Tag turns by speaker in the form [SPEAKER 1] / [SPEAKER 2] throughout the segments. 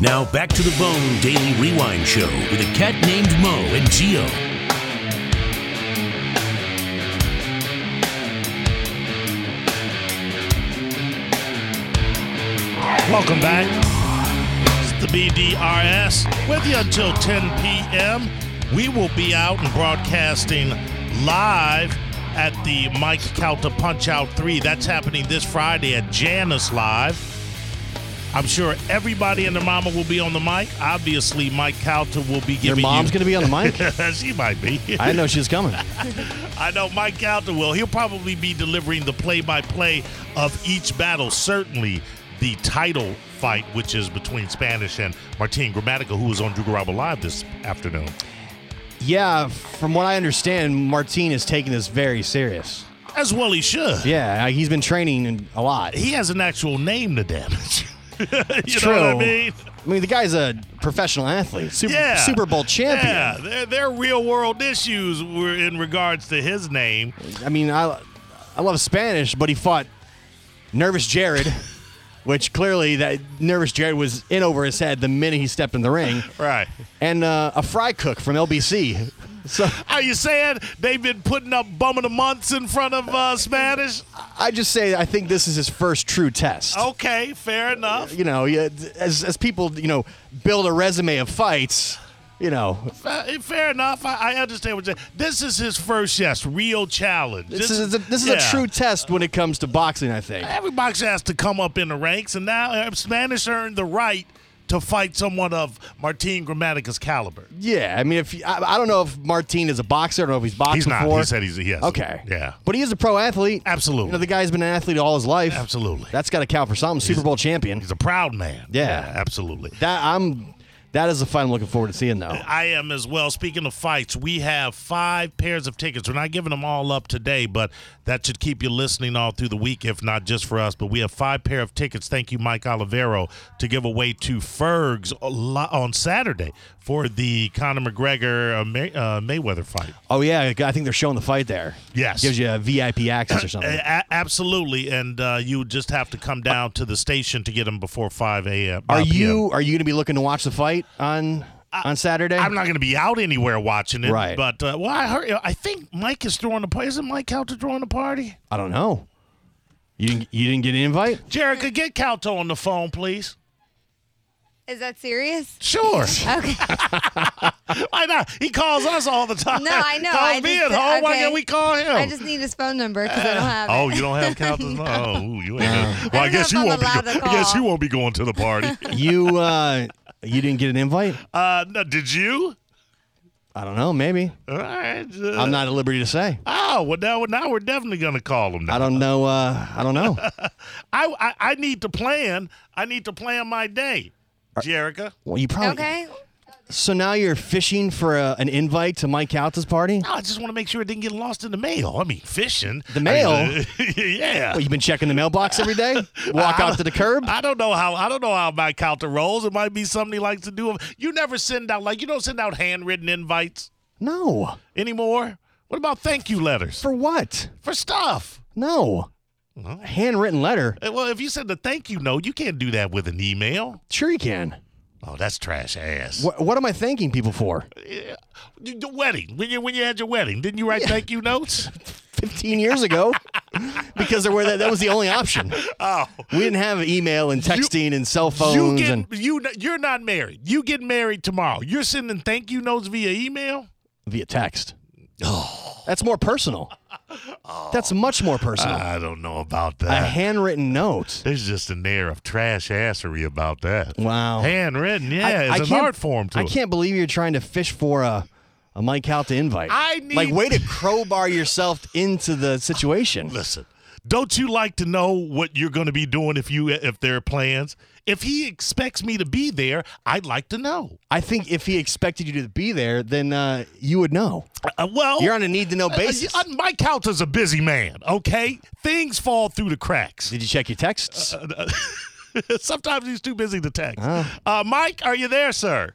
[SPEAKER 1] Now back to the Bone Daily Rewind Show with a cat named Mo and Geo.
[SPEAKER 2] Welcome back. It's the BDRS with you until 10 p.m. We will be out and broadcasting live at the Mike Calta Punch Out 3. That's happening this Friday at Janus Live. I'm sure everybody and their mama will be on the mic. Obviously, Mike Calta will be giving
[SPEAKER 3] Your mom's
[SPEAKER 2] you-
[SPEAKER 3] going to be on the mic?
[SPEAKER 2] she might be.
[SPEAKER 3] I didn't know she was coming.
[SPEAKER 2] I know Mike Calder will. He'll probably be delivering the play-by-play of each battle. Certainly, the title fight, which is between Spanish and Martin Grammatica, who was on Drew Garabo Live this afternoon.
[SPEAKER 3] Yeah, from what I understand, Martin is taking this very serious.
[SPEAKER 2] As well, he should.
[SPEAKER 3] Yeah, he's been training a lot.
[SPEAKER 2] He has an actual name to damage. you
[SPEAKER 3] It's
[SPEAKER 2] know what I
[SPEAKER 3] true.
[SPEAKER 2] mean?
[SPEAKER 3] I mean, the guy's a professional athlete, Super,
[SPEAKER 2] Yeah.
[SPEAKER 3] Super Bowl champion.
[SPEAKER 2] Yeah, their, their real-world issues were in regards to his name.
[SPEAKER 3] I mean, I I love Spanish, but he fought Nervous Jared, which clearly that Nervous Jared was in over his head the minute he stepped in the ring,
[SPEAKER 2] Right.
[SPEAKER 3] and uh, a fry cook from LBC. So
[SPEAKER 2] Are you saying they've been putting up bum of the months in front of uh, Spanish?
[SPEAKER 3] I just say I think this is his first true test.
[SPEAKER 2] Okay, fair enough.
[SPEAKER 3] You know, yeah, as as people you know build a resume of fights, you know,
[SPEAKER 2] Uh, fair enough. I, I understand what you're saying. This is his first, yes, real challenge.
[SPEAKER 3] this is a, this is
[SPEAKER 2] yeah.
[SPEAKER 3] a true test when it comes to boxing. I think.
[SPEAKER 2] Every boxer has to come up in the ranks, and now uh, Spanish earned the right to fight someone of Martin Grammatica's caliber.
[SPEAKER 3] Yeah, I mean, if I, I don't know if Martin is a boxer, I don't know if he's boxed
[SPEAKER 2] He's not.
[SPEAKER 3] before.
[SPEAKER 2] He said he's yes.
[SPEAKER 3] Okay.
[SPEAKER 2] Yeah.
[SPEAKER 3] But he is a pro athlete.
[SPEAKER 2] Absolutely.
[SPEAKER 3] You know, the guy's been an athlete all his life.
[SPEAKER 2] Absolutely.
[SPEAKER 3] That's got to count for something. Super Bowl champion.
[SPEAKER 2] He's a proud man.
[SPEAKER 3] Yeah.
[SPEAKER 2] absolutely.
[SPEAKER 3] That I'm. That is the fight I'm looking forward to seeing, though.
[SPEAKER 2] I am as well. Speaking of fights, we have five pairs of tickets. We're not giving them all up today, but that should keep you listening all through the week, if not just for us. But we have five pair of tickets. Thank you, Mike Olivero, to give away to Fergs a lo- on Saturday for the Conor McGregor uh, May- uh, Mayweather fight.
[SPEAKER 3] Oh yeah, I think they're showing the fight there.
[SPEAKER 2] Yes. Uh,
[SPEAKER 3] Gives you a VIP access or
[SPEAKER 2] A-
[SPEAKER 3] something.
[SPEAKER 2] a- absolutely, and uh, you just have to come down to the station to get them before five a.m.
[SPEAKER 3] Are
[SPEAKER 2] uh, p.m..
[SPEAKER 3] you are you going to be looking to watch the fight on on Saturday?
[SPEAKER 2] I'm not going to be out anywhere watching it,
[SPEAKER 3] Right.
[SPEAKER 2] But uh, well, I heard. I think Mike is throwing the party. Isn't Mike Calta throwing the party?
[SPEAKER 3] I don't know. You didn't, you didn't get an invite?
[SPEAKER 2] Jerica, get Calto on the phone, please.
[SPEAKER 4] Is that serious?
[SPEAKER 2] Sure.
[SPEAKER 4] Okay.
[SPEAKER 2] Why not? He calls us all the time.
[SPEAKER 4] No, I know.
[SPEAKER 2] Call
[SPEAKER 4] I
[SPEAKER 2] me
[SPEAKER 4] just-
[SPEAKER 2] at home. Why
[SPEAKER 4] okay.
[SPEAKER 2] can't we call him?
[SPEAKER 4] I just need his phone number because I don't have
[SPEAKER 2] Oh,
[SPEAKER 4] it.
[SPEAKER 2] you don't have Calto's phone. Oh, you ain't. gonna-
[SPEAKER 4] know
[SPEAKER 2] well, I, guess
[SPEAKER 4] if
[SPEAKER 2] you
[SPEAKER 4] I'm
[SPEAKER 2] won't be.
[SPEAKER 4] allowed
[SPEAKER 2] Go-
[SPEAKER 4] to
[SPEAKER 2] I guess
[SPEAKER 4] call.
[SPEAKER 2] you won't be going to the party.
[SPEAKER 3] You uh, you didn't get an invite?
[SPEAKER 2] uh, no, did you?
[SPEAKER 3] I don't know. Maybe
[SPEAKER 2] All right. uh,
[SPEAKER 3] I'm not at liberty to say.
[SPEAKER 2] oh, well now, now we're definitely gonna call him. Now.
[SPEAKER 3] I don't know. Uh, I don't know.
[SPEAKER 2] I, I I need to plan. I need to plan my day, Jerica.
[SPEAKER 3] Well, you probably
[SPEAKER 4] Okay.
[SPEAKER 3] So now you're fishing for a, an invite to Mike Calta's party?
[SPEAKER 2] No, I just want to make sure it didn't get lost in the mail. I mean, fishing.
[SPEAKER 3] The mail?
[SPEAKER 2] I mean, uh, yeah.
[SPEAKER 3] What, you've been checking the mailbox every day? Walk out to the curb?
[SPEAKER 2] I don't know how I don't know how my counter rolls. It might be something he likes to do. You never send out like you don't send out handwritten invites
[SPEAKER 3] No.
[SPEAKER 2] anymore. What about thank you letters
[SPEAKER 3] For what?
[SPEAKER 2] for stuff?
[SPEAKER 3] No.
[SPEAKER 2] No.
[SPEAKER 3] Handwritten letter?
[SPEAKER 2] Uh, Well, if you send a thank you note, you can't do that with an email.
[SPEAKER 3] Sure you can.
[SPEAKER 2] Oh, that's trash ass.
[SPEAKER 3] What, what am I thanking people for?
[SPEAKER 2] Yeah. The the wedding when you when you had your wedding, didn't you write thank you notes?
[SPEAKER 3] 15 years ago? because there were that, that was the only option.
[SPEAKER 2] Oh,
[SPEAKER 3] We didn't have email and texting and cell
[SPEAKER 2] you
[SPEAKER 3] phones
[SPEAKER 2] get
[SPEAKER 3] and
[SPEAKER 2] you you're not married. You get married tomorrow. You're sending thank you notes via email.
[SPEAKER 3] via text.
[SPEAKER 2] Oh.
[SPEAKER 3] That's more personal. That's much more personal.
[SPEAKER 2] I don't know about
[SPEAKER 3] a
[SPEAKER 2] that.
[SPEAKER 3] handwritten note.
[SPEAKER 2] There's just an air of trash assery about that.
[SPEAKER 3] Wow.
[SPEAKER 2] Handwritten, yeah, it's an
[SPEAKER 3] can't-
[SPEAKER 2] art form to
[SPEAKER 3] I
[SPEAKER 2] it.
[SPEAKER 3] can't believe you're trying to fish for a, a Mike Calta invite.
[SPEAKER 2] I need-
[SPEAKER 3] like way to crowbar yourself into the situation.
[SPEAKER 2] Listen, don't you like to know what you're going to be doing if you if there are plans? If he expects me to be there, I'd like to know.
[SPEAKER 3] I think if he expected you to be there, then uh, you would know.
[SPEAKER 2] Uh, well,
[SPEAKER 3] You're on a need to know basis.
[SPEAKER 2] uh, Mike Calta's a busy man. Okay, things fall through the cracks.
[SPEAKER 3] Did you check your texts?
[SPEAKER 2] Uh, Sometimes he's too busy to text. Uh, Mike, are you there, sir?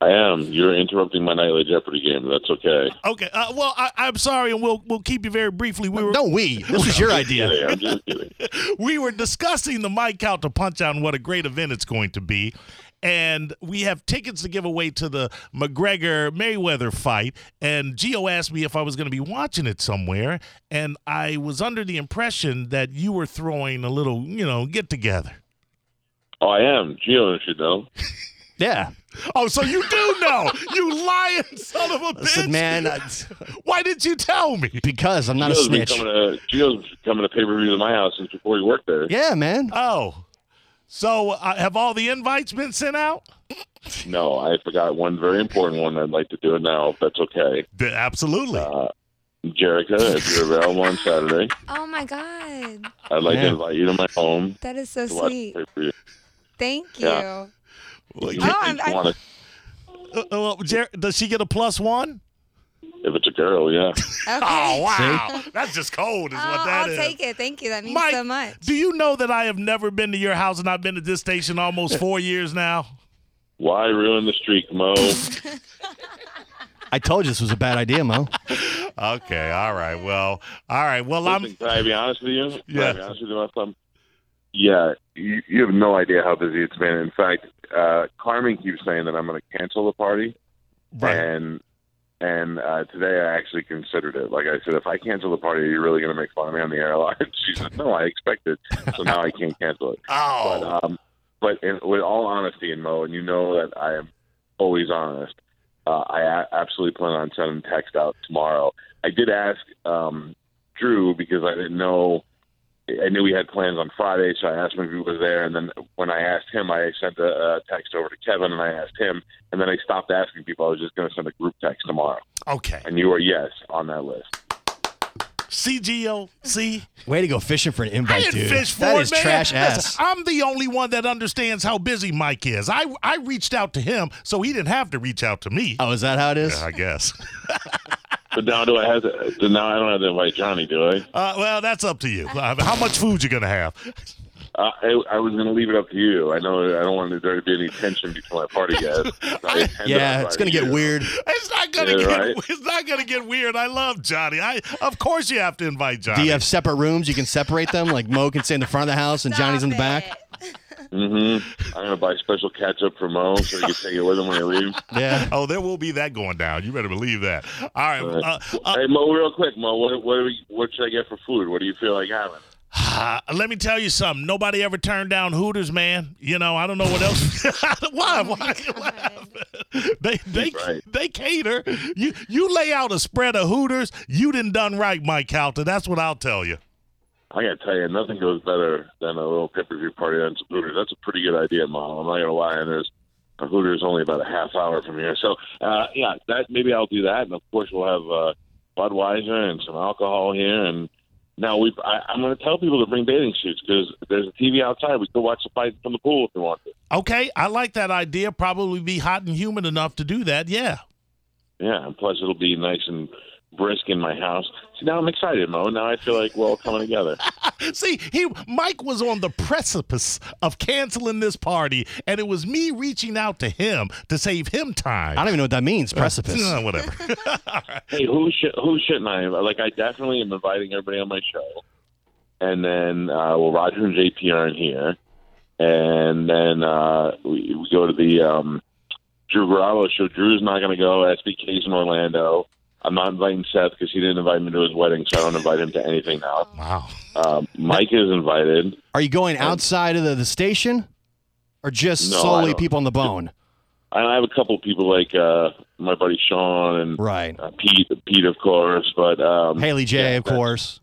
[SPEAKER 5] I am. You're interrupting my nightly Jeopardy game. That's okay.
[SPEAKER 2] Okay. Uh, well, I, I'm sorry, and we'll we'll keep you very briefly. We were
[SPEAKER 3] no, we. This was your idea.
[SPEAKER 5] Hey, I'm just kidding.
[SPEAKER 2] we were discussing the Mike Out to Punch Out and what a great event it's going to be. and we have tickets to give away to the McGregor Mayweather fight. And Gio asked me if I was going to be watching it somewhere, and I was under the impression that you were throwing a little, you know, get together.
[SPEAKER 5] Oh, I am. Gio should know.
[SPEAKER 3] Yeah.
[SPEAKER 2] Oh, so you do know, you lying son of a bitch!
[SPEAKER 3] I said, man, I-
[SPEAKER 2] why did you tell me?
[SPEAKER 3] because I'm not a
[SPEAKER 5] Gio's been
[SPEAKER 3] snitch.
[SPEAKER 5] coming to Gio's been coming to pay per view to my house since before he worked there.
[SPEAKER 3] Yeah, man.
[SPEAKER 2] Oh, so uh, have all the invites been sent out?
[SPEAKER 5] No, I forgot one very important one. I'd like to do it now, if that's okay.
[SPEAKER 2] D- absolutely.
[SPEAKER 5] Jerica, if you're available on Saturday,
[SPEAKER 4] Oh my God.
[SPEAKER 5] I'd like
[SPEAKER 3] Yeah.
[SPEAKER 5] to invite you to my home
[SPEAKER 4] That is so
[SPEAKER 5] to watch
[SPEAKER 4] sweet.
[SPEAKER 5] pay per view.
[SPEAKER 4] Thank you.
[SPEAKER 5] Yeah.
[SPEAKER 2] Well,
[SPEAKER 5] You,
[SPEAKER 2] yeah,
[SPEAKER 4] Oh, I'm-
[SPEAKER 5] you
[SPEAKER 4] I-
[SPEAKER 5] want it
[SPEAKER 2] uh, uh, well, Jer- does she get a plus one?
[SPEAKER 5] if it's a girl, yeah.
[SPEAKER 4] Okay.
[SPEAKER 2] Oh wow, that's just cold, is
[SPEAKER 4] Oh,
[SPEAKER 2] what that
[SPEAKER 4] I'll
[SPEAKER 2] is.
[SPEAKER 4] take it. Thank you. That means
[SPEAKER 2] Mike,
[SPEAKER 4] so much.
[SPEAKER 2] do you know that I have never been to your house and I've been to this station almost four years now?
[SPEAKER 5] Why ruin the streak, Mo?
[SPEAKER 3] I told you this was a bad idea, Mo.
[SPEAKER 2] Okay, all right, well, all right, well,
[SPEAKER 5] Listen,
[SPEAKER 2] I'm.
[SPEAKER 5] can I be honest with you? Can
[SPEAKER 2] Yeah.
[SPEAKER 5] I be honest with you about something? Yeah, you, you have no idea how busy it's been. In fact, uh, Carmen keeps saying that I'm going to cancel the party.
[SPEAKER 2] Right.
[SPEAKER 5] And and uh, today I actually considered it. Like I said, if I cancel the party, you're really going to make fun of me on the airline. She said, no, I expect it. So now I can't cancel it. But
[SPEAKER 2] Oh,
[SPEAKER 5] um, but in, with all honesty, and Mo, and you know that I am always honest. Uh, I a- absolutely plan on sending text out tomorrow. I did ask um, Drew because I didn't know. I knew we had plans on Friday, so I asked him if he was there. And then when I asked him, I sent a, a text over to Kevin, and I asked him. And then I stopped asking people. I was just going to send a group text tomorrow.
[SPEAKER 2] okay.
[SPEAKER 5] And you were yes on that list.
[SPEAKER 2] CGO, see.
[SPEAKER 3] Way to go fishing for an
[SPEAKER 2] I
[SPEAKER 3] invite,
[SPEAKER 2] didn't
[SPEAKER 3] dude.
[SPEAKER 2] fish for
[SPEAKER 3] That
[SPEAKER 2] it,
[SPEAKER 3] is
[SPEAKER 2] man.
[SPEAKER 3] trash
[SPEAKER 2] Listen,
[SPEAKER 3] ass.
[SPEAKER 2] I'm the only one that understands how busy Mike is. I I reached out to him, so he didn't have to reach out to me.
[SPEAKER 3] Oh, is that how it is?
[SPEAKER 2] I guess.
[SPEAKER 5] But now do I have to? so Now I don't have to invite Johnny, do I?
[SPEAKER 2] Uh, well, that's up to you. Uh, how much food you gonna have?
[SPEAKER 5] Uh, I, I was going to leave it up to you. I know I don't want there to be any tension between my party guests. I ended up
[SPEAKER 3] Yeah, it's
[SPEAKER 5] inviting
[SPEAKER 3] gonna get
[SPEAKER 5] you.
[SPEAKER 3] weird.
[SPEAKER 2] It's not gonna
[SPEAKER 5] Yeah,
[SPEAKER 2] get.
[SPEAKER 5] right.
[SPEAKER 2] It's not gonna get weird. I love Johnny. I of course you have to invite
[SPEAKER 3] Do
[SPEAKER 2] Johnny.
[SPEAKER 3] you have separate rooms? You can separate them. Like Mo can stay in the front of the house and Johnny's in the
[SPEAKER 4] Stop
[SPEAKER 3] back.
[SPEAKER 4] it.
[SPEAKER 5] Mhm. I'm going to buy special ketchup for Mo so he can take it with him when he leaves.
[SPEAKER 3] Yeah.
[SPEAKER 2] Oh, there will be that going down. You better believe that. All right.
[SPEAKER 5] All right.
[SPEAKER 2] Uh, uh,
[SPEAKER 5] hey Mo, real quick, Mo, what what, are we, what should I get for food? What do you feel like having?
[SPEAKER 2] Uh, let me tell you something. Nobody ever turned down Hooters, man. You know, I don't know what else. why? Why? why? They they
[SPEAKER 5] Right.
[SPEAKER 2] they cater. You you lay out a spread of Hooters. You didn't done right, Mike Calta. That's what I'll tell you.
[SPEAKER 5] I got to tell you, nothing goes better than a little pay-per-view party on some Hooters. That's a pretty good idea, Mo. I'm not going to lie. And there's a Hooters only about a half hour from here, so uh, yeah, that maybe I'll do that. And of course, we'll have uh, Budweiser and some alcohol here and. Now we, I, I'm going to tell people to bring bathing suits because there's a TV outside. We could watch the fight from the pool if you want to.
[SPEAKER 2] Okay, I like that idea. Probably be hot and humid enough to do that. Yeah.
[SPEAKER 5] Yeah, and plus it'll be nice and brisk in my house. See, now I'm excited, Mo. Now I feel like we're all coming together.
[SPEAKER 2] See, he Mike was on the precipice of canceling this party, and it was me reaching out to him to save him
[SPEAKER 3] I
[SPEAKER 2] time.
[SPEAKER 3] don't even know what that means. Precipice.
[SPEAKER 2] Uh, whatever.
[SPEAKER 5] hey, who should who shouldn't I? Like, I definitely am inviting everybody on my show, and then uh, well, Roger and JP aren't here, and then uh, we, we go to the um, Drew Garabo show. Drew's not going to go. SBK's in Orlando. I'm not inviting Seth because he didn't invite me to his wedding, so I don't invite him to anything now.
[SPEAKER 2] wow.
[SPEAKER 5] Um, Mike is invited.
[SPEAKER 3] Are you going outside of the, the station, or just
[SPEAKER 5] No, I
[SPEAKER 3] solely
[SPEAKER 5] don't.
[SPEAKER 3] people on the bone?
[SPEAKER 5] And I have a couple people like uh, my buddy Sean and
[SPEAKER 3] Right.
[SPEAKER 5] uh, Pete, Pete, of course. But um,
[SPEAKER 3] Haley J,
[SPEAKER 5] yeah,
[SPEAKER 3] of
[SPEAKER 5] that-
[SPEAKER 3] course.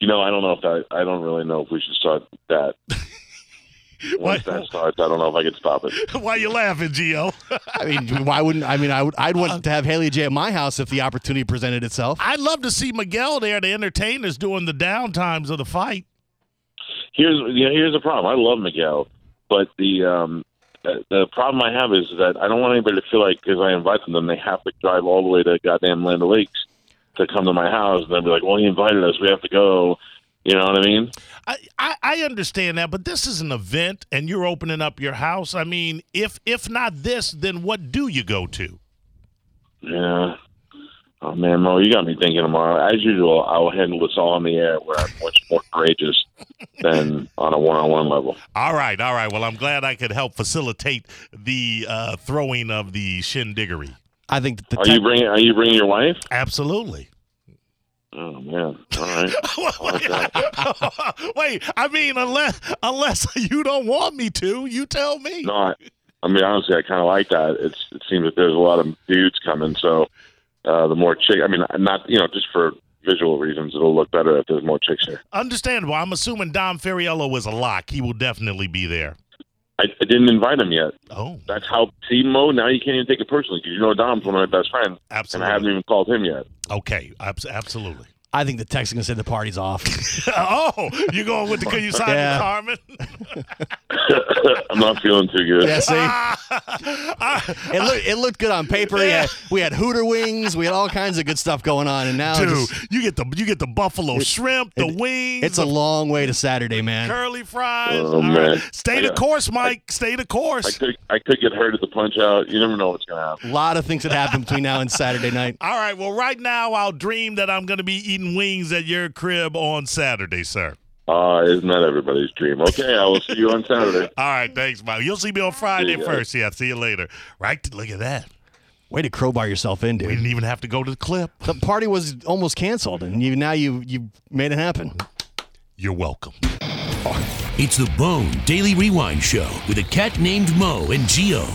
[SPEAKER 5] you know, I don't know if that. I don't really know if we should start that.
[SPEAKER 2] What?
[SPEAKER 5] Once that starts, I don't know if I can stop it.
[SPEAKER 2] Why you laughing, Gio?
[SPEAKER 3] I mean, why wouldn't I mean I would I'd
[SPEAKER 2] Uh,
[SPEAKER 3] want to have Haley J at my house if the opportunity presented itself.
[SPEAKER 2] I'd love to see Miguel there to entertain us during the downtimes of the fight.
[SPEAKER 5] Here's you know, here's the problem. I love Miguel, but the um, the- the problem I have is that I don't want anybody to feel like because I invite them, then they have to drive all the way to goddamn Land Lakes to come to my house, and then be like, "Well, he invited us. We have to go." You know what I mean?
[SPEAKER 2] I, I, I understand that, but this is an event and you're opening up your house. I mean, if if not this, then what do you go to?
[SPEAKER 5] Yeah. I Oh man, Mo, you got me thinking tomorrow. As usual, I will handle this all on the air, where I'm much more courageous than on a one-on-one level.
[SPEAKER 2] All right, all right. Well, I'm glad I could help facilitate the uh, throwing of the shindiggery.
[SPEAKER 3] I think that the
[SPEAKER 5] Are
[SPEAKER 3] tech-
[SPEAKER 5] you bringing? Are you bringing your wife?
[SPEAKER 2] Absolutely.
[SPEAKER 5] Oh man, all right.
[SPEAKER 2] Wait, I mean, unless unless you don't want me to, you tell me.
[SPEAKER 5] No, I, I mean honestly, I kind of like that. It's it seems that there's a lot of dudes coming, so uh, the more chick. I mean, not you know just for visual reasons, it'll look better if there's more chicks here.
[SPEAKER 2] Understandable. I'm assuming Dom Ferriello is a lock. He will definitely be there.
[SPEAKER 5] I, I didn't invite him yet.
[SPEAKER 2] Oh,
[SPEAKER 5] That's how see Mo. Now you can't even take it personally because you know Dom's one of my best friends, and I haven't
[SPEAKER 2] absolutely.
[SPEAKER 5] even called him yet.
[SPEAKER 2] Okay, abs- absolutely.
[SPEAKER 3] I think the text is gonna say the party's off.
[SPEAKER 2] oh, you going with the Can you sign
[SPEAKER 3] Yeah.
[SPEAKER 2] with Carmen?
[SPEAKER 5] I'm not feeling too good.
[SPEAKER 3] yeah, see,
[SPEAKER 2] Ah,
[SPEAKER 3] it looked it looked good on paper. Yeah, we had Hooter wings, we had all kinds of good stuff going on, and now
[SPEAKER 2] dude,
[SPEAKER 3] just-
[SPEAKER 2] you get the you get the buffalo shrimp, the wings,
[SPEAKER 3] it's a long way to Saturday, man.
[SPEAKER 2] curly fries.
[SPEAKER 5] Oh,
[SPEAKER 2] All
[SPEAKER 5] man.
[SPEAKER 2] Stay the
[SPEAKER 5] Yeah.
[SPEAKER 2] course, Mike. Stay the
[SPEAKER 5] I
[SPEAKER 2] course.
[SPEAKER 5] could I could get hurt at the punch out. You never know what's gonna happen.
[SPEAKER 3] A lot of things that happen between now and Saturday night.
[SPEAKER 2] All right. Well, right now I'll dream that I'm going to be eating wings at your crib on Saturday, sir.
[SPEAKER 5] Ah, isn't that everybody's dream? Okay, I will see you on Saturday.
[SPEAKER 2] All right. Thanks, Mike. You'll see me on Friday
[SPEAKER 5] See ya.
[SPEAKER 2] first. Yeah. See you later. Right. Look at that.
[SPEAKER 3] Way to crowbar yourself in,
[SPEAKER 2] We
[SPEAKER 3] dude.
[SPEAKER 2] didn't even have to go to the clip.
[SPEAKER 3] The party was almost canceled, and you now you you made it happen.
[SPEAKER 2] You're welcome.
[SPEAKER 1] It's the Bone Daily Rewind Show with a cat named Mo and Geo.